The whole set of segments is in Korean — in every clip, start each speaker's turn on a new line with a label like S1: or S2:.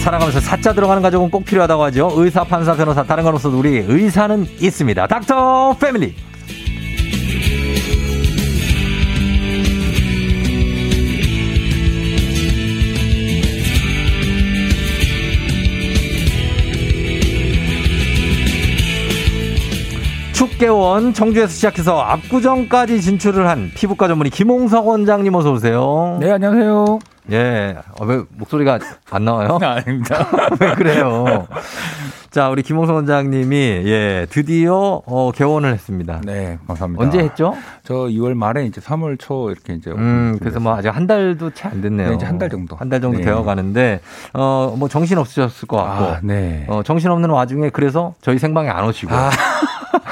S1: 살아가면서 사자 들어가는 가족은 꼭 필요하다고 하죠. 의사, 판사, 변호사 다른 건 없어도 우리 의사는 있습니다. 닥터 패밀리. 축계원 청주에서 시작해서 압구정까지 진출을 한 피부과 전문의 김홍석 원장님 어서 오세요.
S2: 네, 안녕하세요.
S1: 예. 아, 왜 목소리가 안 나와요?
S2: 아, 아닙니다.
S1: 왜 그래요? 자, 우리 김홍석 원장님이 예, 드디어 어, 개원을 했습니다.
S2: 네, 감사합니다.
S1: 언제 했죠?
S2: 저 2월 말에 이제 3월 초 이렇게 이제
S1: 음, 그래서 뭐 아직 한 달도 채 안 됐네요.
S2: 네, 이제 한달 정도.
S1: 한 달 정도
S2: 네.
S1: 되어 가는데 어, 뭐 정신 없으셨을 것 같고.
S2: 아, 네.
S1: 어, 정신 없는 와중에 그래서 저희 생방에 안 오시고.
S2: 아.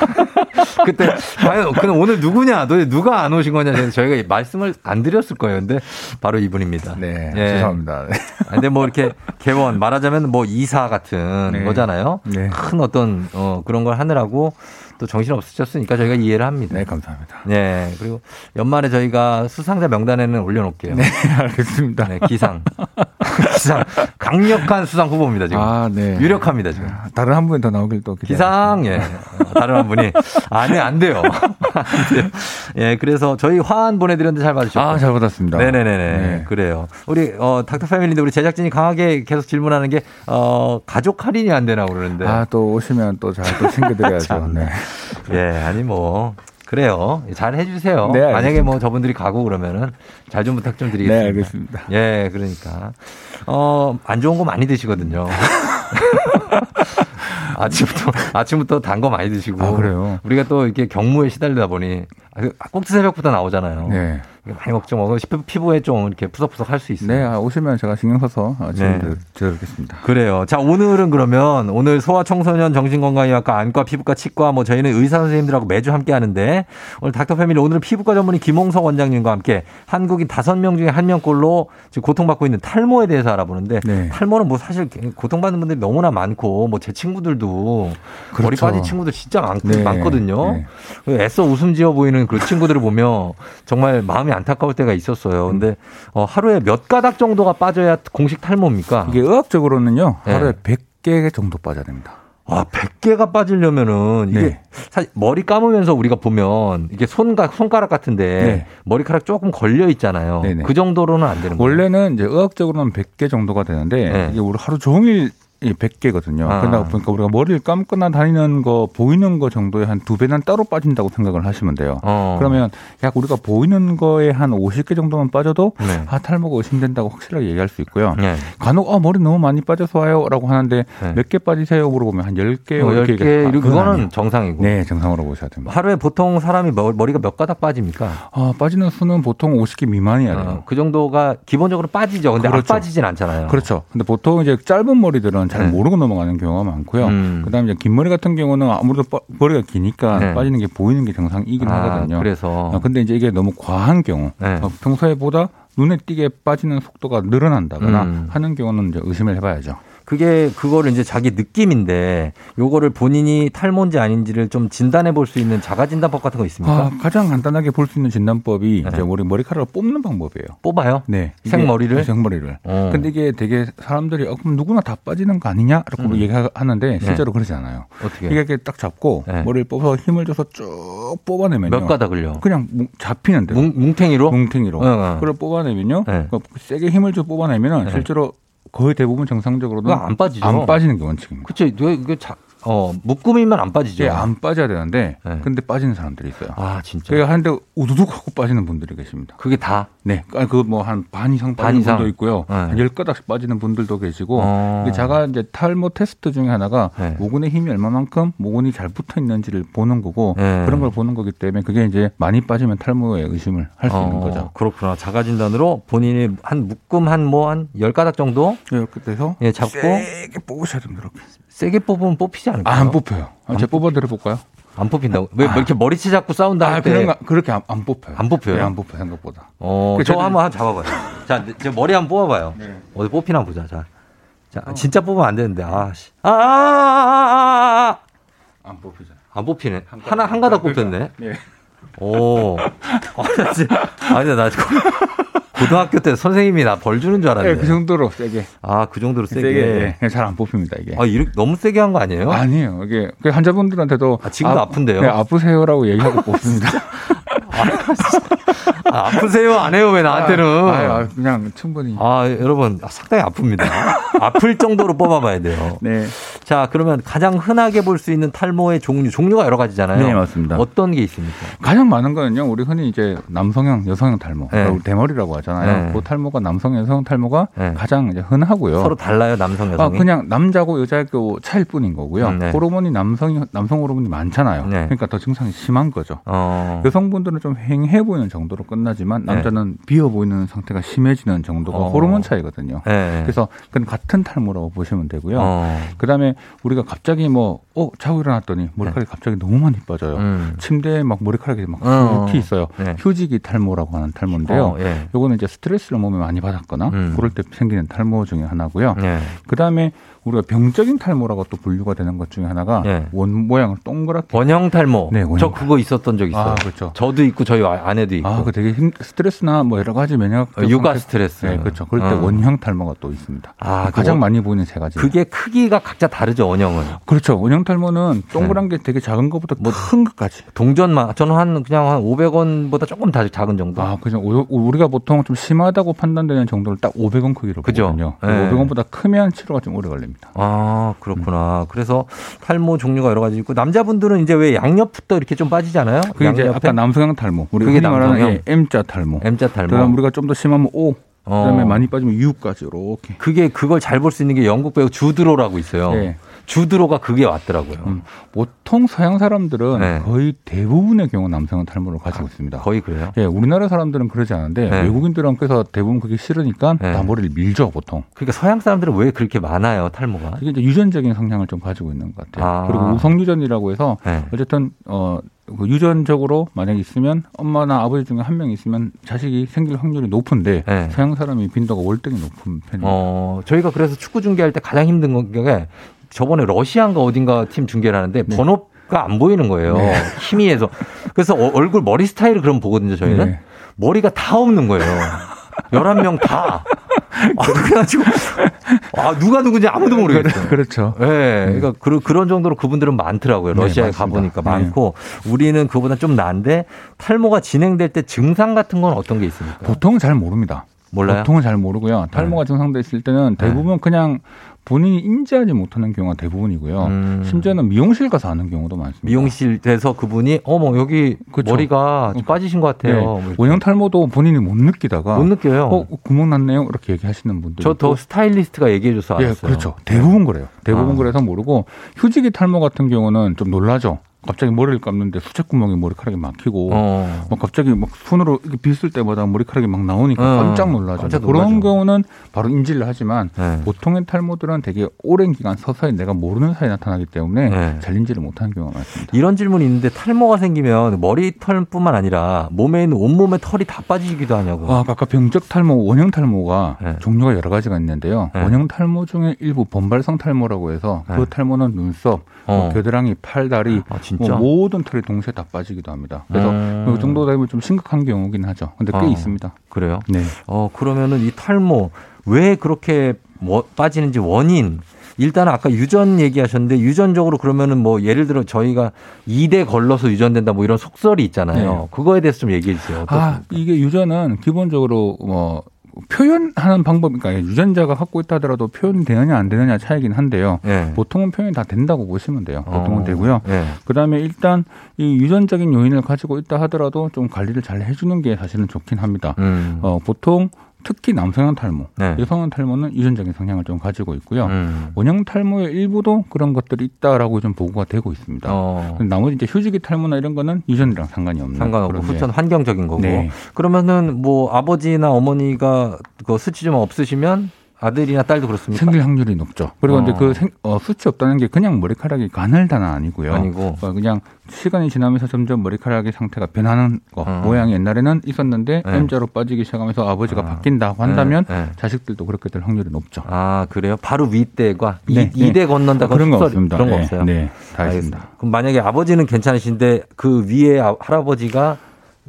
S1: 그때 과연 그럼 오늘 누구냐? 도대체 누가 안 오신 거냐? 그래서 저희가 말씀을 안 드렸을 거예요. 근데 바로 이분입니다.
S2: 네,
S1: 예.
S2: 죄송합니다. 네.
S1: 아, 근데 뭐 이렇게 개원 말하자면 뭐 이사 같은
S2: 네.
S1: 거잖아요.
S2: 네.
S1: 큰 어떤 어, 그런 걸 하느라고 또 정신 없으셨으니까 저희가 이해를 합니다.
S2: 네, 감사합니다.
S1: 예, 그리고 연말에 저희가 수상자 명단에는 올려놓을게요.
S2: 네, 알겠습니다.
S1: 예, 네, 기상. 기상. 강력한 수상 후보입니다, 지금.
S2: 아, 네.
S1: 유력합니다, 지금.
S2: 다른 한 분이 더 나오길 또 기대.
S1: 기상, 예. 어, 다른 한 분이. 아, 네, 안 돼요. 안 돼요. 예, 그래서 저희 화환 보내드렸는데 잘 받으셨고.
S2: 아, 잘 받았습니다.
S1: 네네네네.
S2: 네.
S1: 그래요. 우리, 어, 닥터 패밀리인데 우리 제작진이 강하게 계속 질문하는 게, 어, 가족 할인이 안 되나 그러는데.
S2: 아, 또 오시면 또 잘 또 챙겨드려야죠. 네.
S1: 예, 아니 뭐. 그래요. 잘 해주세요.
S2: 네, 알겠습니다.
S1: 만약에 뭐 저분들이 가고 그러면은 잘 좀 부탁 좀 드리겠습니다.
S2: 네, 알겠습니다.
S1: 예, 그러니까. 어, 안 좋은 거 많이 드시거든요. 아침부터, 아침부터 단 거 많이 드시고.
S2: 아, 그래요?
S1: 우리가 또 이렇게 경무에 시달리다 보니, 아, 그 꼭두 새벽부터 나오잖아요.
S2: 네.
S1: 이거 많이 먹죠. 먹으면 피- 피부에 좀 이렇게 푸석푸석 할 수 있어요.
S2: 네, 아, 오시면 제가 신경 써서 아,
S1: 네.
S2: 지금 드리겠습니다.
S1: 그래요. 자, 오늘은 그러면 오늘 소아청소년 정신건강의학과 안과 피부과 치과 뭐 저희는 의사 선생님들하고 매주 함께 하는데 오늘 닥터 패밀리 오늘은 피부과 전문의 김홍석 원장님과 함께 한국인 다섯 명 중에 한 명꼴로 지금 고통받고 있는 탈모에 대해서 알아보는데
S2: 네.
S1: 탈모는 뭐 사실 고통받는 분들이 너무나 많고 뭐 제 친구들도 머리
S2: 그렇죠.
S1: 빠진 친구들 진짜 많,
S2: 네.
S1: 많거든요. 그
S2: 네.
S1: 애써 웃음 지어 보이는 그 친구들을 보며 정말 마음이 안타까울 때가 있었어요. 근데 어, 하루에 몇 가닥 정도가 빠져야 공식 탈모입니까?
S2: 이게 의학적으로는요,
S1: 아. 네.
S2: 하루에 100개 정도 빠져야 됩니다.
S1: 아, 100개가 빠지려면은 이게
S2: 네.
S1: 사실 머리 감으면서 우리가 보면 이게 손가 손가락 같은데
S2: 네.
S1: 머리카락 조금 걸려 있잖아요.
S2: 네네.
S1: 그 정도로는 안 되는 거예요.
S2: 원래는 이제 의학적으로는 100개 정도가 되는데
S1: 네.
S2: 이게 우리 하루 종일 이 100개거든요.
S1: 아.
S2: 그러다 보니까 우리가 머리를 감거나 다니는 거 보이는 거 정도의 한 두 배는 따로 빠진다고 생각을 하시면 돼요.
S1: 어.
S2: 그러면 약 우리가 보이는 거에 한 50개 정도만 빠져도
S1: 네.
S2: 아 탈모가 의심된다고 확실하게 얘기할 수 있고요.
S1: 네.
S2: 간혹 아 머리 너무 많이 빠져서 와요라고 하는데
S1: 네.
S2: 몇 개 빠지세요 물어보면 한 10개
S1: 뭐
S2: 이렇게
S1: 10개 이거
S2: 얘기하겠다. 아, 그건 아니에요.
S1: 그거는 뭐. 정상이고.
S2: 네, 정상으로 보셔야 됩니다.
S1: 하루에 보통 사람이 머- 머리가 몇 가닥 빠집니까?
S2: 아, 빠지는 수는 보통 50개 미만이야 돼요.
S1: 어, 그 정도가 기본적으로 빠지죠. 근데
S2: 그렇죠.
S1: 안 빠지진 않잖아요.
S2: 그렇죠. 근데 보통 이제 짧은 머리들은 잘
S1: 네.
S2: 모르고 넘어가는 경우가 많고요.
S1: 음.
S2: 그다음에 이제 긴 머리 같은 경우는 아무래도 빠- 머리가 기니까
S1: 네.
S2: 빠지는 게 보이는 게 정상이긴
S1: 아,
S2: 하거든요.
S1: 그래서
S2: 아, 근데 이제 이게 너무 과한 경우,
S1: 네.
S2: 어, 평소에보다 눈에 띄게 빠지는 속도가 늘어난다거나
S1: 음.
S2: 하는 경우는 이제 의심을 해봐야죠.
S1: 그게 그거를 이제 자기 느낌인데 요거를 본인이 탈모인지 아닌지를 좀 진단해 볼 수 있는 자가 진단법 같은 거 있습니까?
S2: 아, 가장 간단하게 볼 수 있는 진단법이
S1: 그러니까? 네.
S2: 이제 머리 머리카락을 뽑는 방법이에요.
S1: 뽑아요?
S2: 네, 이게-
S1: 생머리를?
S2: 생머리를.
S1: 어.
S2: 근데 이게 되게 사람들이 어, 그럼 누구나 다 빠지는 거 아니냐라고
S1: 음.
S2: 얘기하는데 실제로 그러지 않아요.
S1: 어떻게?
S2: 이게 이렇게 딱 잡고
S1: 네.
S2: 머리를 뽑아서 힘을 줘서 쭉 뽑아내면요.
S1: 몇 가닥을요?
S2: 그냥 뭉- 잡히는데 요
S1: 뭉, 뭉탱이로? 어,
S2: 뭉탱이로.
S1: 응, 응.
S2: 그걸 뽑아내면요.
S1: 네.
S2: 그러니까 세게 힘을 줘 뽑아내면
S1: 네.
S2: 실제로 거의 대부분 정상적으로는
S1: 그거 안 빠지죠?
S2: 빠지는 게 원칙입니다.
S1: 그쵸. 이거, 이거 자, 어, 묶음이면 안 빠지죠.
S2: 이게 예, 안 빠져야 되는데
S1: 네.
S2: 근데 빠지는 사람들이 있어요.
S1: 아, 진짜.
S2: 그게 하는데 우두둑 하고 빠지는 분들이 계십니다.
S1: 그게 다.
S2: 네, 그 뭐 한 반 이상
S1: 반
S2: 빠지는
S1: 이상?
S2: 분도 있고요,
S1: 네.
S2: 한 열 가닥씩 빠지는 분들도 계시고,
S1: 어.
S2: 이게 자가 이제 탈모 테스트 중에 하나가
S1: 네.
S2: 모근의 힘이 얼마만큼 모근이 잘 붙어 있는지를 보는 거고
S1: 네.
S2: 그런 걸 보는 거기 때문에 그게 이제 많이 빠지면 탈모에 의심을 할 수 있는
S1: 어,
S2: 거죠.
S1: 그렇구나. 자가 진단으로 본인이 한 묶음 한 뭐 한 열가닥 정도
S2: 네, 이렇게 돼서
S1: 예, 잡고
S2: 세게 뽑으셔야 됩니다. 이렇게.
S1: 세게 뽑으면 뽑히지 않을까요?
S2: 아, 안 뽑혀요. 아, 제가 뽑아드려 볼까요?
S1: 안 뽑힌다고. 왜뭐
S2: 아.
S1: 이렇게 머리채 잡고 싸운다
S2: 아,
S1: 할 때.
S2: 그런 거 그렇게 안, 안 뽑혀요.
S1: 안 뽑혀요?
S2: 네, 안 뽑혀 요 생각보다.
S1: 어,
S2: 그
S1: 저
S2: 저는-
S1: 한번 잡아봐요. 자, 제 머리 한번 뽑아봐요. 어디 뽑히나 보자. 자, 자 진짜 뽑으면 안 되는데. 아, 씨. 아, 아, 아, 아, 아, 아.
S2: 안 뽑히잖아요.
S1: 안 뽑히네. 하나 한 가닥 뽑혔네.
S2: 네.
S1: 오. 아, 나 진짜. 아니, 나 지금 고등학교 때 선생님이 나 벌 주는 줄
S2: 예,
S1: 알았는데.
S2: 그 정도로 세게.
S1: 아, 그 정도로 세게.
S2: 세게. 네, 잘 안 뽑힙니다, 이게.
S1: 아, 이렇게 너무 세게 한 거 아니에요? 아,
S2: 아니에요. 이게 그 환자분들한테도
S1: 아, 지금도 아픈데요?
S2: 네, 아프세요라고 얘기하고 뽑습니다.
S1: 프세요안 해요, 왜 나한테는.
S2: 아,
S1: 아,
S2: 아, 그냥 충분히.
S1: 여러분, 아, 상당히 아픕니다. 아플 정도로 뽑아봐야 돼요.
S2: 네.
S1: 자, 그러면 가장 흔하게 볼 수 있는 탈모의 종류, 종류가 여러 가지잖아요.
S2: 네, 맞습니다.
S1: 어떤 게 있습니까?
S2: 가장 많은 거는요. 우리 흔히 이제 남성형, 여성형 탈모,
S1: 네.
S2: 그리고 대머리라고 하잖아요.
S1: 네.
S2: 그 탈모가 남성, 여성 탈모가
S1: 네.
S2: 가장 이제 흔하고요.
S1: 서로 달라요, 남성,
S2: 아,
S1: 여성이?
S2: 그냥 남자고 여자고 차일 뿐인 거고요. 그
S1: 음, 네.
S2: 호르몬이 남성이 남성 호르몬이 많잖아요.
S1: 네.
S2: 그러니까 더 증상이 심한 거죠.
S1: 어.
S2: 그 여성분들은 좀 휑해 보이는 정도로 끝나지만
S1: 네.
S2: 남자는 비어 보이는 상태가 심해지는 정도가
S1: 어.
S2: 호르몬 차이거든요.
S1: 네.
S2: 그래서 그건 같은 탈모라고 보시면 되고요.
S1: 어.
S2: 그다음에 우리가 갑자기 뭐 어, 자고
S1: 네.
S2: 일어났더니 머리카락이 갑자기 너무 많이 빠져요.
S1: 음.
S2: 침대에 막 머리카락이 막
S1: 어.
S2: 이렇게 있어요.
S1: 네.
S2: 휴지기 탈모라고 하는 탈모인데요.
S1: 어, 예.
S2: 요거는 이제 스트레스를 몸에 많이 받았거나
S1: 음.
S2: 그럴 때 생기는 탈모 중에 하나고요.
S1: 예.
S2: 그다음에 우리가 병적인 탈모라고 또 분류가 되는 것 중에 하나가
S1: 예.
S2: 원 모양을 동그랗게
S1: 원형 탈모.
S2: 네, 원형
S1: 저 그거 있었던 적 있어요.
S2: 아, 그렇죠.
S1: 저도 있고 저희 아- 아내도 있고.
S2: 아, 그 되게 힘- 스트레스나 뭐 여러 가지 면역
S1: 어, 육아 스트레스.
S2: 네, 그렇죠. 그럴 때
S1: 어.
S2: 원형 탈모가 또 있습니다.
S1: 아, 그
S2: 가장
S1: 원-
S2: 많이 보이는 세 가지.
S1: 그게 크기가 각자 다르죠, 원형은.
S2: 그렇죠. 원형 탈모는 동그란
S1: 네.
S2: 게 되게 작은 것보다
S1: 뭐
S2: 큰 것까지.
S1: 동전만 저는 한 그냥 한 500원보다 조금 다 작은 정도.
S2: 아, 그죠. 오- 우리가 보통 좀 심하다고 판단되는 정도를 딱 500원 크기로
S1: 그죠.
S2: 보거든요.
S1: 예.
S2: 500원보다 크면 치료가 좀 오래 걸립니다.
S1: 아, 그렇구나. 그래서 탈모 종류가 여러 가지 있고 남자분들은 이제 왜 양옆부터 이렇게 좀 빠지잖아요.
S2: 그게 이제
S1: 양옆에
S2: 아까 남성형 탈모. 우리가
S1: 그게
S2: 흔히 말하는
S1: 남성형?
S2: 예, M자 탈모.
S1: M자 탈모.
S2: 그다음 우리가 좀 더 심하면 O. 그다음에
S1: 어.
S2: 많이 빠지면 U까지 이렇게.
S1: 그게 그걸 잘 볼 수 있는 게 영국 배우 주드로라고 있어요.
S2: 예.
S1: 주드로가 그게 왔더라고요.
S2: 음, 보통 서양 사람들은
S1: 네. 아,
S2: 거의 대부분의 경우 남성은 탈모를 가지고 있습니다.
S1: 거의 그래요.
S2: 예, 우리나라 사람들은 그러지 않은데
S1: 네.
S2: 외국인들은 그래서 대부분 그게 싫으니까
S1: 네.
S2: 다 머리를 밀죠 보통.
S1: 그러니까 서양 사람들은 왜 그렇게 많아요, 탈모가?
S2: 그게 이제 유전적인 성향을 좀 가지고 있는 것 같아요.
S1: 아.
S2: 그리고 우성유전이라고 해서
S1: 네.
S2: 어쨌든 어. 그 유전적으로 만약에 있으면 엄마나 아버지 중에 한 명 있으면 자식이 생길 확률이 높은데
S1: 네.
S2: 서양 사람이 빈도가 월등히 높은 편이에요.
S1: 어, 저희가 그래서 축구 중계할 때 가장 힘든 게 저번에 러시아인가 어딘가 팀 중계를 하는데 번호가 안 보이는 거예요.
S2: 네.
S1: 희미해서. 그래서 어- 얼굴 머리 스타일을 그럼 보거든요, 저희는.
S2: 네.
S1: 머리가 다 없는 거예요. 11명 다. 아, 그래가지고, 아, 누가 누군지 아무도 모르겠어요.
S2: 그렇죠.
S1: 예, 그러니까 그런 그런 정도로 그분들은 많더라고요.
S2: 네,
S1: 러시아에
S2: 맞습니다.
S1: 가보니까
S2: 네.
S1: 많고 우리는 그보다 좀 난데 탈모가 진행될 때 증상 같은 건 어떤 게 있습니까?
S2: 보통은 잘 모릅니다.
S1: 예. 몰라요. 예.
S2: 보통은 잘 모르고요. 탈모가 증상돼 있을 때는 대부분 그냥 본인이 인지하지 못하는 경우가 대부분이고요.
S1: 음.
S2: 심지어는 미용실 가서 아는 경우도 많습니다.
S1: 미용실 돼서 그분이 어머 뭐, 여기
S2: 그쵸.
S1: 머리가 좀 빠지신 것
S2: 네.
S1: 같아요. 뭐 이렇게.
S2: 원형 탈모도 본인이 못 느끼다가
S1: 못 느껴요.
S2: 어 구멍 났네요 이렇게 얘기하시는 분들.
S1: 저 더 스타일리스트가 얘기해줘서
S2: 예
S1: 알았어요.
S2: 그렇죠. 대부분 그래요. 대부분
S1: 아.
S2: 그래서 모르고 휴지기 탈모 같은 경우는 좀 놀라죠. 갑자기 머리를 감는데 수채 구멍에 머리카락이 막히고.
S1: 어.
S2: 막 갑자기 막 손으로 이렇게 빗을 때마다 머리카락이 막 나오니까
S1: 어,
S2: 깜짝 놀라죠.
S1: 깜짝
S2: 그런
S1: 놀라죠.
S2: 경우는 바로 인지를 하지만
S1: 네.
S2: 보통의 탈모들은 되게 오랜 기간 서서히 내가 모르는 사이에 나타나기 때문에
S1: 네.
S2: 잘 인지를 못하는 경우가 많습니다.
S1: 이런 질문이 있는데 탈모가 생기면 머리털뿐만 아니라 몸에 있는 온몸의 털이 다 빠지기도 하냐고.
S2: 아, 아까 병적 탈모, 원형 탈모가
S1: 네.
S2: 종류가 여러 가지가 있는데요.
S1: 네.
S2: 원형 탈모 중에 일부 번발성 탈모라고 해서
S1: 네.
S2: 그 탈모는 눈썹,
S1: 어.
S2: 뭐 겨드랑이, 팔, 다리,
S1: 아, 진짜?
S2: 뭐 모든 털이 동시에 다 빠지기도 합니다. 그래서
S1: 음.
S2: 그 정도 되면 좀 심각한 경우긴 하죠. 근데 꽤
S1: 어.
S2: 있습니다.
S1: 그래요?
S2: 네.
S1: 어, 그러면은 이 탈모 왜 그렇게 뭐- 빠지는지 원인 일단은 아까 유전 얘기하셨는데 유전적으로 그러면은 뭐 예를 들어 저희가 2대 걸러서 유전된다 뭐 이런 속설이 있잖아요.
S2: 네.
S1: 그거에 대해서 좀 얘기해 주세요.
S2: 아,
S1: 어떻습니까?
S2: 이게 유전은 기본적으로 뭐 표현하는 방법, 그러니까 유전자가 갖고 있다 하더라도 표현되느냐 안 되느냐 차이긴 한데요.
S1: 예.
S2: 보통은 표현이 다 된다고 보시면 돼요. 보통은
S1: 어.
S2: 되고요.
S1: 예.
S2: 그다음에 일단 이 유전적인 요인을 가지고 있다 하더라도 좀 관리를 잘 해주는 게 사실은 좋긴 합니다.
S1: 음.
S2: 어, 보통 특히 남성형 탈모,
S1: 네.
S2: 여성형 탈모는 유전적인 성향을 좀 가지고 있고요.
S1: 음.
S2: 원형 탈모의 일부도 그런 것들이 있다라고 좀 보고가 되고 있습니다.
S1: 어.
S2: 근데 나머지 이제 휴지기 탈모나 이런 거는 유전이랑 상관이 없는
S1: 상관없고
S2: 그런 게-
S1: 후천 환경적인 거고.
S2: 네.
S1: 그러면은 뭐 아버지나 어머니가 그 수치 좀 없으시면 아들이나 딸도 그렇습니까?
S2: 네. 생길 확률이 높죠. 그리고
S1: 어.
S2: 이제 그 생- 어, 수치 없다는 게 그냥 머리카락이 가늘다는 아니고요.
S1: 아니고.
S2: 어, 그냥 시간이 지나면서 점점 머리카락의 상태가 변하는 거
S1: 어.
S2: 모양이 옛날에는 있었는데
S1: 네.
S2: M자로 빠지기 시작하면서 아버지가
S1: 아.
S2: 바뀐다고 한다면
S1: 예, 예.
S2: 자식들도 그렇게 될 확률이 높죠.
S1: 아, 그래요? 바로 윗대과 이
S2: 네, 네.
S1: 2대 건넌다
S2: 그런 거
S1: 속설이-
S2: 없습니다.
S1: 그런 거
S2: 네,
S1: 없어요.
S2: 네, 다 있습니다.
S1: 알겠습니다. 그럼 만약에 아버지는 괜찮으신데 그 위에 아- 할아버지가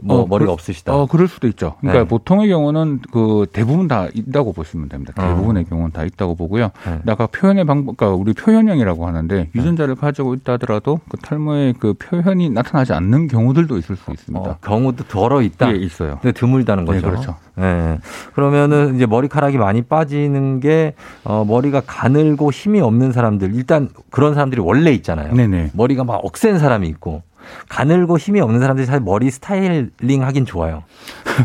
S1: 뭐
S2: 어,
S1: 머리가
S2: 그-
S1: 없으시다.
S2: 어, 그럴 수도 있죠. 그러니까
S1: 네.
S2: 보통의 경우는 그 대부분 다 있다고 보시면 됩니다.
S1: 어.
S2: 대부분의 경우는 다 있다고 보고요.
S1: 네.
S2: 근데 아까 표현의 방법, 그러니까 우리 표현형이라고 하는데 유전자를 가지고 있다 하더라도 그 탈모의 그 표현이 나타나지 않는 경우들도 있을 수 있습니다.
S1: 어, 경우도 덜어 있다.
S2: 예, 있어요.
S1: 근데 드물다는 거죠.
S2: 네, 그렇죠.
S1: 예. 그러면은 이제 머리카락이 많이 빠지는 게 어, 머리가 가늘고 힘이 없는 사람들 일단 그런 사람들이 원래 있잖아요.
S2: 네네.
S1: 머리가 막 억센 사람이 있고 가늘고 힘이 없는 사람들이 사실 머리 스타일링 하긴 좋아요.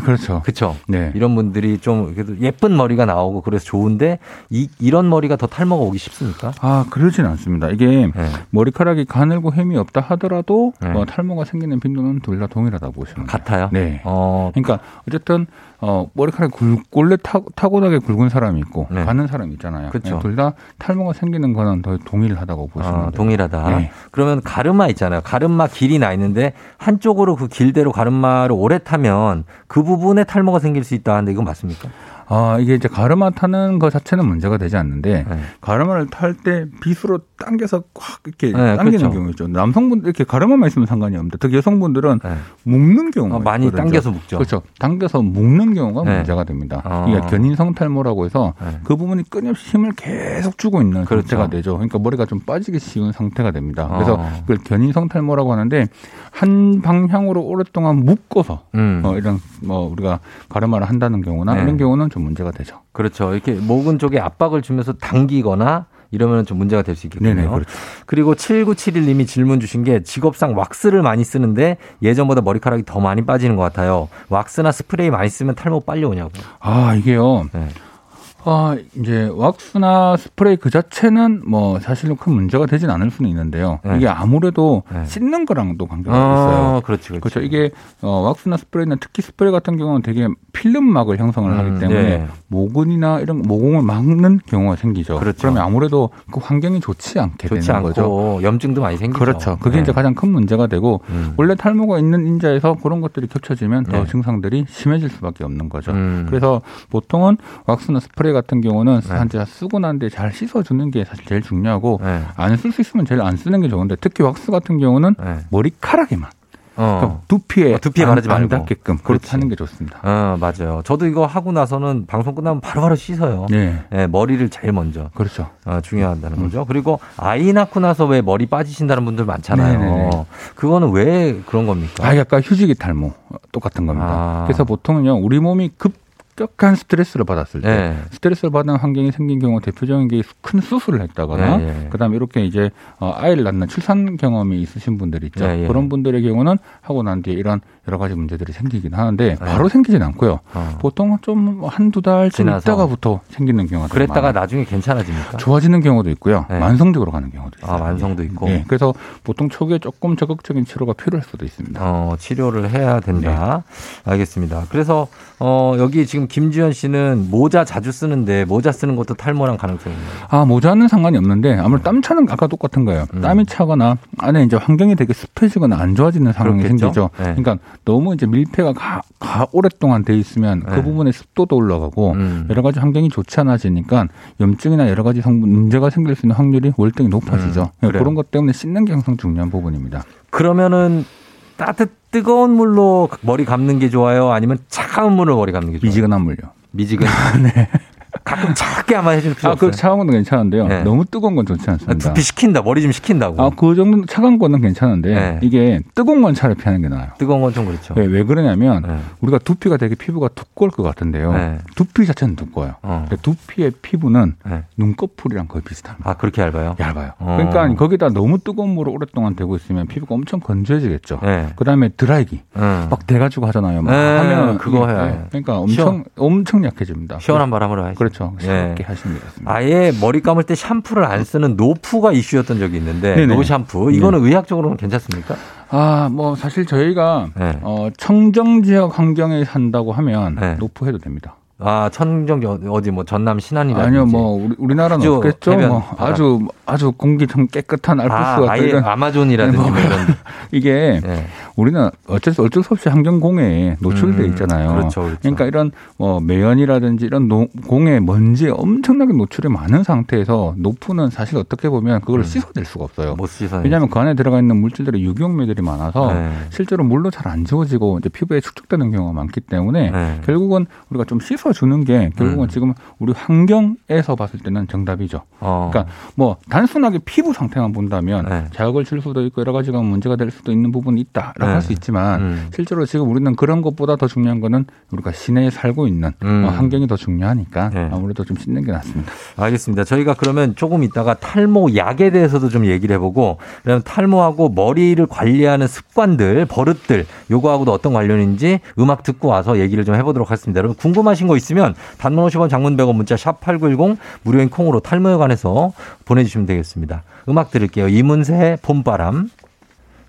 S2: 그렇죠.
S1: 그렇죠.
S2: 네.
S1: 이런 분들이 좀 그래도 예쁜 머리가 나오고 그래서 좋은데 이, 이런 머리가 더 탈모가 오기 쉽습니까?
S2: 아, 그러진 않습니다. 이게
S1: 예.
S2: 머리카락이 가늘고 햄이 없다 하더라도
S1: 네.
S2: 어, 탈모가 생기는 빈도는 둘 다 동일하다고 보시면 돼요.
S1: 같아요.
S2: 네.
S1: 어,
S2: 그러니까 어쨌든 어, 머리카락이 굵, 원래 타, 타고나게 굵은 사람이 있고
S1: 네.
S2: 가는 사람이 있잖아요.
S1: 그쵸.
S2: 둘다 탈모가 생기는 거는 더 동일하다고 보시면
S1: 아,
S2: 돼요.
S1: 동일하다.
S2: 네.
S1: 그러면 가르마 있잖아요. 가르마 길이 나 있는데 한쪽으로 그 길대로 가르마를 오래 타면 그 부분에 탈모가 생길 수 있다 하는데 이건 맞습니까?
S2: 아, 이게 이제 가르마 타는 것 자체는 문제가 되지 않는데
S1: 네.
S2: 가르마를 탈 때 빗으로 당겨서 확 이렇게
S1: 네,
S2: 당기는
S1: 그렇죠.
S2: 경우 있죠. 남성분들 이렇게 가르마만 있으면 상관이 없는데 특히 여성분들은
S1: 네.
S2: 묶는 경우가
S1: 어, 많이
S2: 있거든요.
S1: 당겨서 묶죠.
S2: 그렇죠. 당겨서 묶는 경우가
S1: 네.
S2: 문제가 됩니다.
S1: 아.
S2: 그러니까 견인성 탈모라고 해서
S1: 네.
S2: 그 부분이 끊임없이 힘을 계속 주고 있는
S1: 그렇죠.
S2: 상태가 되죠. 그러니까 머리가 좀 빠지기 쉬운 상태가 됩니다. 그래서
S1: 어.
S2: 그걸 견인성 탈모라고 하는데 한 방향으로 오랫동안 묶어서
S1: 음,
S2: 어, 이런 뭐 우리가 가르마를 한다는 경우나
S1: 네.
S2: 이런 경우는 좀 문제가 되죠.
S1: 그렇죠. 이렇게 목은 쪽에 압박을 주면서 당기거나 이러면 좀 문제가 될 수 있겠군요.
S2: 네네 그렇죠.
S1: 그리고 7971님이 질문 주신 게 직업상 왁스를 많이 쓰는데 예전보다 머리카락이 더 많이 빠지는 것 같아요. 왁스나 스프레이 많이 쓰면 탈모 빨리 오냐고.
S2: 아 이게요.
S1: 네.
S2: 아 이제 왁스나 스프레이 그 자체는 뭐 사실은 큰 문제가 되진 않을 수는 있는데요.
S1: 네.
S2: 이게 아무래도
S1: 네.
S2: 씻는 거랑도 관계가 있어요.
S1: 아, 그렇지, 그렇지.
S2: 그렇죠. 이게 어, 왁스나 스프레이나 특히 스프레이 같은 경우는 되게 필름막을 형성을
S1: 음,
S2: 하기 때문에
S1: 네.
S2: 모근이나 이런 모공을 막는 경우가 생기죠.
S1: 그렇죠.
S2: 러면 아무래도 그 환경이 좋지 않게
S1: 좋지
S2: 되는
S1: 않고
S2: 거죠.
S1: 염증도 많이 생기죠.
S2: 그렇죠. 그게
S1: 네.
S2: 이제 가장 큰 문제가 되고
S1: 음.
S2: 원래 탈모가 있는 인자에서 그런 것들이 겹쳐지면 더
S1: 네.
S2: 증상들이 심해질 수밖에 없는 거죠.
S1: 음.
S2: 그래서 보통은 왁스나 스프레이 같은
S1: 네.
S2: 경우는 사실 쓰고 난 뒤에 잘 씻어주는 게 사실 제일 중요하고
S1: 네.
S2: 안 쓸 수 있으면 제일 안 쓰는 게 좋은데 특히 왁스 같은 경우는
S1: 네.
S2: 머리카락에만
S1: 어.
S2: 그러니까 두피에
S1: 어, 두피에
S2: 안-
S1: 바르지
S2: 안
S1: 말고.
S2: 닿게끔
S1: 그렇지.
S2: 그렇게 하는 게 좋습니다.
S1: 어, 맞아요. 저도 이거 하고 나서는 방송 끝나면 바로바로 씻어요.
S2: 네,
S1: 네, 머리를 제일 먼저
S2: 그렇죠.
S1: 어, 중요하다는 거죠. 그리고 아이 낳고 나서 왜 머리 빠지신다는 분들 많잖아요.
S2: 네네네.
S1: 그거는 왜 그런 겁니까?
S2: 아, 약간 휴지기 탈모 어, 똑같은 겁니다.
S1: 아.
S2: 그래서 보통은요, 우리 몸이 급격한 스트레스를 받았을 때.
S1: 네.
S2: 스트레스를 받은 환경이 생긴 경우 대표적인 게 큰 수술을 했다거나
S1: 예, 예.
S2: 그다음에 이렇게 이제 어, 아이를 낳는 출산 경험이 있으신 분들 있죠
S1: 예, 예.
S2: 그런 분들의 경우는 하고 난 뒤에 이런 여러 가지 문제들이 생기긴 하는데 바로 생기진 않고요
S1: 네. 어.
S2: 보통은 좀 한두 달쯤
S1: 지나서.
S2: 있다가부터 생기는 경우가 더
S1: 그랬다가
S2: 많아요.
S1: 나중에 괜찮아집니까?
S2: 좋아지는 경우도 있고요.
S1: 네.
S2: 만성적으로 가는 경우도 있어요.
S1: 아, 만성도 있고.
S2: 예, 그래서 보통 초기에 조금 적극적인 치료가 필요할 수도 있습니다.
S1: 어, 치료를 해야 된다. 알겠습니다. 그래서 어, 여기 지금 김주현 씨는 모자 자주 쓰는데 모자 쓰는 것도 탈모랑 가능성이 있나요?
S2: 아, 모자는 상관이 없는데 아무래도 땀 차는 아까 똑같은 거예요.
S1: 음.
S2: 땀이 차거나 안에 이제 환경이 되게 습해지거나 안 좋아지는 상황이
S1: 그렇겠죠?
S2: 생기죠.
S1: 네.
S2: 그러니까 너무 이제 밀폐가 가, 가- 오랫동안 돼 있으면
S1: 네.
S2: 그 부분의 습도도 올라가고
S1: 음.
S2: 여러 가지 환경이 좋지 않아지니까 염증이나 여러 가지 성 문제가 생길 수 있는 확률이 월등히 높아지죠.
S1: 그래요.
S2: 음, 그런 것 때문에 씻는 게 항상 중요한 부분입니다.
S1: 그러면은 따뜻 뜨거운 물로 머리 감는 게 좋아요? 아니면 차가운 물로 머리 감는 게 좋아요?
S2: 미지근한 물요.
S1: 미지근. 가끔 작게 한번 해줄 필요
S2: 아,
S1: 없어요.
S2: 그 차가운 건 괜찮은데요.
S1: 네.
S2: 너무 뜨거운 건 좋지
S1: 아,
S2: 않습니다.
S1: 두피 식힌다. 머리 좀 식힌다고.
S2: 아, 그 정도 차가운 거는 괜찮은데
S1: 네.
S2: 이게 뜨거운 건 차라리 피하는 게 나아요.
S1: 뜨거운 건 좀 그렇죠.
S2: 왜, 왜 그러냐면
S1: 네.
S2: 우리가 두피가 되게 피부가 두꺼울 것 같은데요.
S1: 네.
S2: 두피 자체는 두꺼워요.
S1: 어.
S2: 근데 두피의 피부는
S1: 네.
S2: 눈꺼풀이랑 거의 비슷합니다.
S1: 아 그렇게 얇아요?
S2: 얇아요.
S1: 어.
S2: 그러니까 거기다 너무 뜨거운 물을 오랫동안 대고 있으면 피부가 엄청 건조해지겠죠.
S1: 네.
S2: 그다음에 드라이기
S1: 응.
S2: 막 대가지고 하잖아요. 막
S1: 네,
S2: 하면
S1: 그거
S2: 이게-
S1: 해야
S2: 네.
S1: 해요.
S2: 그러니까
S1: 시원-
S2: 엄청 엄청 약해집니다.
S1: 시원한 바람으로 하시.
S2: 그렇죠.
S1: 예.
S2: 시원하게 하시면 되겠습니다.
S1: 아예 머리 감을 때 샴푸를 안 쓰는 노프가 이슈였던 적이 있는데
S2: 네네.
S1: 노 샴푸 이거는 의학적으로는 괜찮습니까?
S2: 아, 뭐 사실 저희가
S1: 네.
S2: 어, 청정 지역 환경에 산다고 하면
S1: 네.
S2: 노프해도 됩니다.
S1: 아 천정지 어디- 어디 뭐 전남 신안이라든지
S2: 아니요, 뭐 우리, 우리나라는
S1: 아주
S2: 없겠죠.
S1: 해변,
S2: 뭐
S1: 바다.
S2: 아주 아주 공기 좀 깨끗한 알프스
S1: 아,
S2: 같은
S1: 아예
S2: 이런
S1: 아마존이라든지
S2: 네,
S1: 뭐
S2: 뭐
S1: 이런
S2: 이게
S1: 예.
S2: 우리는 어쩔 수, 어쩔 수 없이 환경공해에 노출돼 있잖아요.
S1: 음, 그렇죠, 그렇죠.
S2: 그러니까 이런 뭐 매연이라든지 이런 노- 공해 먼지에 엄청나게 노출이 많은 상태에서 노프는 사실 어떻게 보면
S1: 음.
S2: 그걸 씻어낼 수가 없어요.
S1: 못 씻어요.
S2: 왜냐하면 그 안에 들어가 있는 물질들의 유기용매들이 많아서
S1: 뭐, 네.
S2: 실제로 물로 잘 안 지워지고 이제 피부에 축적되는 경우가 많기 때문에
S1: 네.
S2: 결국은 우리가 좀 씻어주는 게 결국은
S1: 음.
S2: 지금 우리 환경에서 봤을 때는 정답이죠.
S1: 어.
S2: 그러니까 뭐 단순하게 피부 상태만 본다면
S1: 네.
S2: 자극을 줄 수도 있고 여러 가지가 문제가 될 수도 있는 부분이 있다라고
S1: 네.
S2: 할 수 있지만
S1: 음.
S2: 실제로 지금 우리는 그런 것보다 더 중요한 거는 우리가 시내에 살고 있는
S1: 음.
S2: 어, 환경이 더 중요하니까
S1: 네.
S2: 아무래도 좀 씻는 게 낫습니다.
S1: 알겠습니다. 저희가 그러면 조금 이따가 탈모 약에 대해서도 좀 얘기를 해보고, 그다음 탈모하고 머리를 관리하는 습관들, 버릇들, 요거하고도 어떤 관련인지 음악 듣고 와서 얘기를 좀 해보도록 하겠습니다. 여러분 궁금하신 거 있으면 단문 50원 장문 100원 문자 샵 8910 무료인 콩으로 탈모에 관해서 보내주시면 되겠습니다. 음악 들을게요. 이문세 봄바람.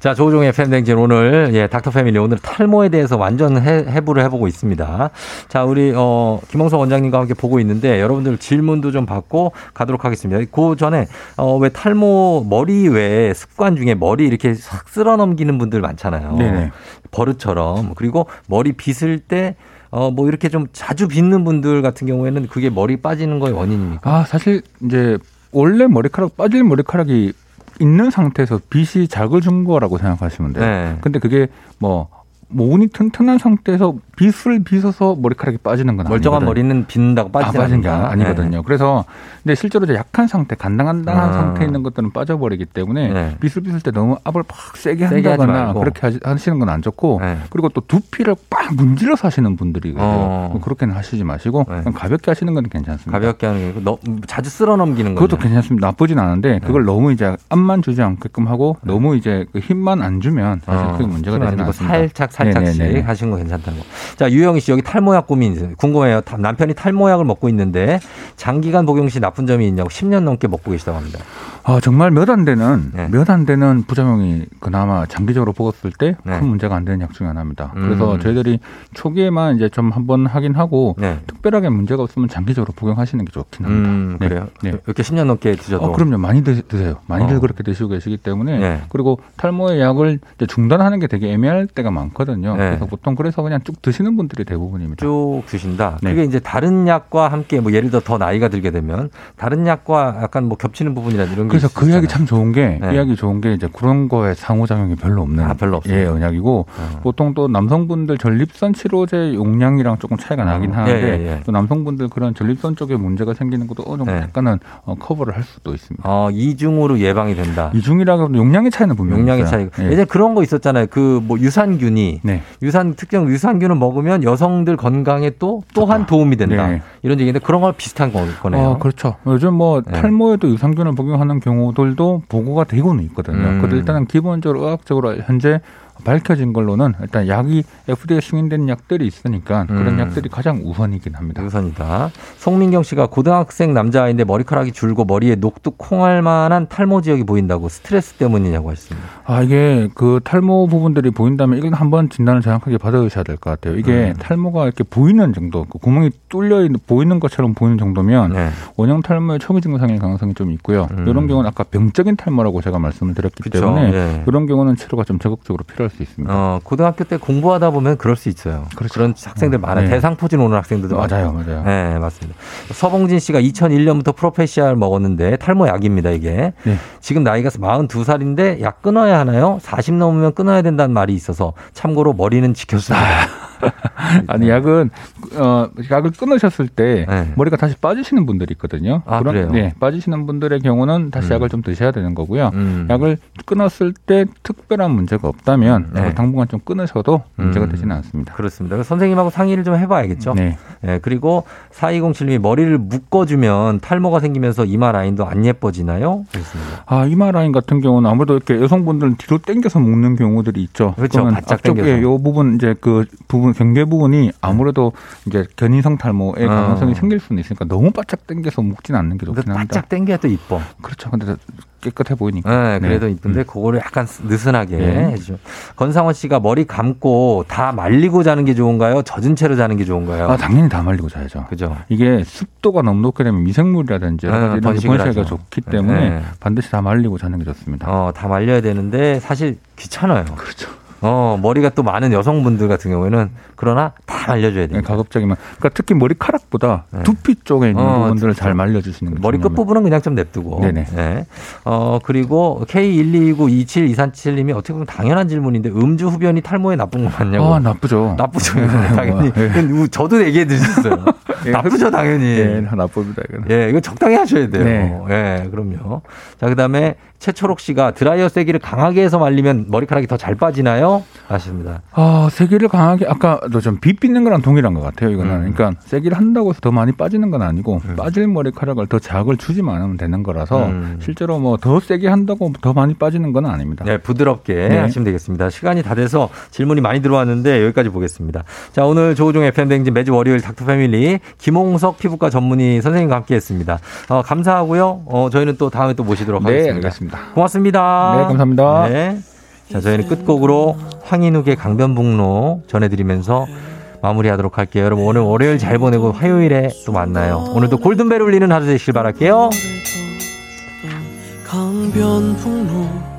S1: 자, 조우종의 팬댕진 오늘, 예, 닥터 패밀리 오늘 탈모에 대해서 완전 해, 해부를 해보고 있습니다. 자, 우리, 어, 김홍석 원장님과 함께 보고 있는데 여러분들 질문도 좀 받고 가도록 하겠습니다. 그 전에, 어, 왜 탈모 머리 외에 습관 중에 머리 이렇게 싹 쓸어 넘기는 분들 많잖아요.
S2: 네네.
S1: 버릇처럼. 그리고 머리 빗을 때, 어, 뭐 이렇게 좀 자주 빗는 분들 같은 경우에는 그게 머리 빠지는 거의 원인입니까?
S2: 아 사실 이제 원래 머리카락 빠질 머리카락이 있는 상태에서 빛이 자극을 준 거라고 생각하시면 돼요.
S1: 네.
S2: 근데 그게 뭐 모근이 튼튼한 상태에서 빗을 빗어서 머리카락이 빠지는 건
S1: 멀쩡한
S2: 아니거든요.
S1: 머리는 빗는다고 빠지지
S2: 아, 빠진 게
S1: 않는다.
S2: 아니거든요. 그래서 근데 실제로 이제 약한 상태, 간당간당한
S1: 아.
S2: 상태에 있는 것들은 빠져버리기 때문에
S1: 네.
S2: 비슬비슬 때 너무 압을 팍 세게
S1: 세게 하지
S2: 한다거나
S1: 말고.
S2: 그렇게 하시- 하시는 건 안 좋고
S1: 네.
S2: 그리고 또 두피를 빡 문질러서 하시는 분들이 계세요.
S1: 어.
S2: 뭐 그렇게는 하시지 마시고
S1: 네.
S2: 그냥 가볍게 하시는 건 괜찮습니다.
S1: 음. 가볍게 하는 게 아니고 너, 자주 쓸어 넘기는 거죠.
S2: 그것도 괜찮습니다. 나쁘진
S1: 네.
S2: 않은데 그걸 너무 이제 압만 주지 않게끔 하고 너무 이제 그 힘만 안 주면 사실 크게 문제가
S1: 어. 힘을 안
S2: 되지
S1: 주고
S2: 않습니다.
S1: 살짝 살짝씩
S2: 네네네.
S1: 하시는 거 괜찮다는 거. 자 유영희 씨 여기 탈모약 고민 있어요. 궁금해요. 다- 남편이 탈모약을 먹고 있는데 장기간 복용 시 나쁜 점이 있냐고 10년 넘게 먹고 계시다고 합니다.
S2: 아 정말 몇 안 되는
S1: 네.
S2: 몇 안 되는 부작용이 그나마 장기적으로 보았을 때 큰
S1: 네.
S2: 문제가 안 되는 약 중에 하나입니다. 그래서
S1: 음.
S2: 저희들이 초기에만 이제 좀 한번 하긴 하고
S1: 네.
S2: 특별하게 문제가 없으면 장기적으로 복용하시는 게 좋긴 합니다.
S1: 음
S2: 네.
S1: 그래요.
S2: 네.
S1: 이렇게 10년 넘게 드셔도.
S2: 어, 그럼요. 많이 드, 세요 많이들
S1: 어.
S2: 그렇게 드시고 계시기 때문에
S1: 네.
S2: 그리고 탈모의 약을 이제 중단하는 게 되게 애매할 때가 많거든요.
S1: 네.
S2: 그래서 보통 그래서 그냥 쭉 드시는 분들이 대부분입니다.
S1: 쭉 드신다.
S2: 네.
S1: 그게 이제 다른 약과 함께 뭐 예를 들어 더 나이가 들게 되면 다른 약과 약간 뭐 겹치는 부분이라든지 이런 게
S2: 그래서 그 약이
S1: 있잖아요.
S2: 참 좋은 게,
S1: 네.
S2: 이 약이 좋은 게 이제 그런 거에 상호작용이 별로 없는
S1: 아, 별로 없어요.
S2: 예, 연약이고
S1: 어.
S2: 보통 또 남성분들 전립선 치료제 용량이랑 조금 차이가 나긴
S1: 음.
S2: 하는데
S1: 예, 예, 예.
S2: 또 남성분들 그런 전립선 쪽에 문제가 생기는 것도 어느 정도
S1: 네.
S2: 약간은 어, 커버를 할 수도 있습니다.
S1: 어, 이중으로 예방이 된다.
S2: 이중이라고 하면 용량의 차이는 분명히
S1: 용량의
S2: 있어요.
S1: 차이가.
S2: 예.
S1: 예전에 그런 거 있었잖아요. 그 뭐 유산균이
S2: 네.
S1: 유산 특정 유산균을 먹으면 여성들 건강에 또 또한 도움이 된다
S2: 네.
S1: 이런 얘기인데 그런 걸 비슷한 거- 거네요.
S2: 어, 그렇죠. 요즘 뭐
S1: 네.
S2: 탈모에도 유산균을 복용하는 경우들도 보고가 되고는 있거든요.
S1: 음.
S2: 그래서 일단은 기본적으로 의학적으로 현재 밝혀진 걸로는 일단 약이 FDA 승인된 약들이 있으니까 그런
S1: 음. 그
S2: 약들이 가장 우선이긴 합니다.
S1: 우선이다. 송민경 씨가 고등학생 남자아이인데 머리카락이 줄고 머리에 녹두 콩할 만한 탈모 지역이 보인다고 스트레스 때문이냐고 하셨습니다.
S2: 아 이게 그 탈모 부분들이 보인다면 이건 한번 진단을 정확하게 받으셔야 될 것 같아요. 이게
S1: 음.
S2: 탈모가 이렇게 보이는 정도, 그 구멍이 뚫려 있는 보이는 것처럼 보이는 정도면
S1: 네.
S2: 원형 탈모의 초기 증상일 가능성이 좀 있고요.
S1: 음.
S2: 이런 경우는 아까 병적인 탈모라고 제가 말씀을 드렸기
S1: 그쵸.
S2: 때문에
S1: 예.
S2: 이런 경우는 치료가 좀 적극적으로 필요할 수 있습니다.
S1: 어, 고등학교 때 공부하다 보면 그럴 수 있어요.
S2: 그렇죠.
S1: 런 학생들 많아요.
S2: 네.
S1: 대상포진 오는 학생들도 많아요.
S2: 맞아요, 맞아요.
S1: 네, 맞습니다. 서봉진 씨가 2001년부터 프로페시알 먹었는데 탈모약입니다, 이게.
S2: 네.
S1: 지금 나이가 42살인데 약 끊어야 하나요? 40 넘으면 끊어야 된다는 말이 있어서 참고로 머리는
S2: 아,
S1: 지켰습니다.
S2: 아니 약은 어 약을 끊으셨을 때
S1: 네.
S2: 머리가 다시 빠지시는 분들이 있거든요.
S1: 아, 그래요?
S2: 네, 빠지시는 분들의 경우는 다시
S1: 음.
S2: 약을 좀 드셔야 되는 거고요.
S1: 음.
S2: 약을 끊었을 때 특별한 문제가 없다면
S1: 네.
S2: 약을 당분간 좀 끊으셔도 문제가
S1: 음.
S2: 되지는 않습니다.
S1: 그렇습니다. 그래서 선생님하고 상의를 좀 해봐야겠죠.
S2: 네.
S1: 네, 그리고 4207님이 머리를 묶어주면 탈모가 생기면서 이마 라인도 안 예뻐지나요? 그렇습니다.
S2: 아 이마 라인 같은 경우는 아무래도 이렇게 여성분들은 뒤로 당겨서 묶는 경우들이 있죠.
S1: 그렇죠. 바짝
S2: 앞쪽에
S1: 당겨서.
S2: 요 부분 이제 그 부분 경계 부분이 아무래도 이제 견인성 탈모의
S1: 어.
S2: 가능성이 생길 수는 있으니까 너무 바짝 당겨서 묶지는 않는 게 좋긴
S1: 근데
S2: 합니다.
S1: 바짝 당겨야 또 이뻐.
S2: 그렇죠. 근데 깨끗해
S1: 네,
S2: 보이니까.
S1: 그래도
S2: 네.
S1: 이쁜데 그거를 약간 느슨하게
S2: 네.
S1: 해주죠. 건상원 씨가 머리 감고 다 말리고 자는 게 좋은가요? 젖은 채로 자는 게 좋은가요?
S2: 아 당연히 다 말리고 자야죠.
S1: 그죠.
S2: 이게 습도가 너무 높게 되면 미생물이라든지 여러
S1: 네,
S2: 가지 이런 게
S1: 번식을
S2: 번식하기가
S1: 하죠.
S2: 좋기 때문에
S1: 네.
S2: 반드시 다 말리고 자는 게 좋습니다.
S1: 어, 다 말려야 되는데 사실 귀찮아요.
S2: 그렇죠.
S1: 어, 머리가 또 많은 여성분들 같은 경우에는 그러나 다 말려줘야
S2: 네,
S1: 됩니다.
S2: 가급적이면. 그러니까 특히 머리카락보다 두피 쪽에 있는
S1: 네. 어,
S2: 부분들을
S1: 두피
S2: 잘
S1: 쪽.
S2: 말려주시는 게
S1: 머리
S2: 중요합니다.
S1: 끝부분은 그냥 좀 냅두고.
S2: 네, 네네.
S1: 네. 어, 그리고 K129272377님이 어떻게 보면 당연한 질문인데 음주 흡연이 탈모에 나쁜 거 맞냐고.
S2: 아 나쁘죠.
S1: 나쁘죠. 당연히.
S2: 예.
S1: 이건 저도 얘기해 드렸어요.
S2: 예,
S1: 나쁘죠, 당연히.
S2: 예, 나쁩니다. 이거는.
S1: 예, 이거 적당히 하셔야 돼요.
S2: 네.
S1: 예, 그럼요. 자, 그 다음에 최초록 씨가 드라이어 세기를 강하게 해서 말리면 머리카락이 더 잘 빠지나요? 아십니다.
S2: 아 세기를 강하게 아까도 좀 빗빗는 거랑 동일한 것 같아요. 이거는
S1: 음.
S2: 그러니까 세기를 한다고 해서 더 많이 빠지는 건 아니고 빠질 머리카락을 더 자극을 주지만 않으면 되는 거라서
S1: 음.
S2: 실제로 뭐 더 세게 한다고 더 많이 빠지는 건 아닙니다.
S1: 네, 부드럽게
S2: 네.
S1: 하시면 되겠습니다. 시간이 다 돼서 질문이 많이 들어왔는데 여기까지 보겠습니다. 자, 오늘 조우종 FM 댕진 매주 월요일 닥터 패밀리 김홍석 피부과 전문의 선생님과 함께 했습니다. 어, 감사하고요. 어, 저희는 또 다음에 또 모시도록
S2: 네,
S1: 하겠습니다.
S2: 알겠습니다.
S1: 고맙습니다.
S2: 네, 감사합니다.
S1: 네. 자, 저희는 끝곡으로 황인욱의 강변북로 전해드리면서 마무리하도록 할게요. 여러분, 오늘 월요일 잘 보내고 화요일에 또 만나요. 오늘도 골든벨 울리는 하루 되시길 바랄게요.
S3: 강변북로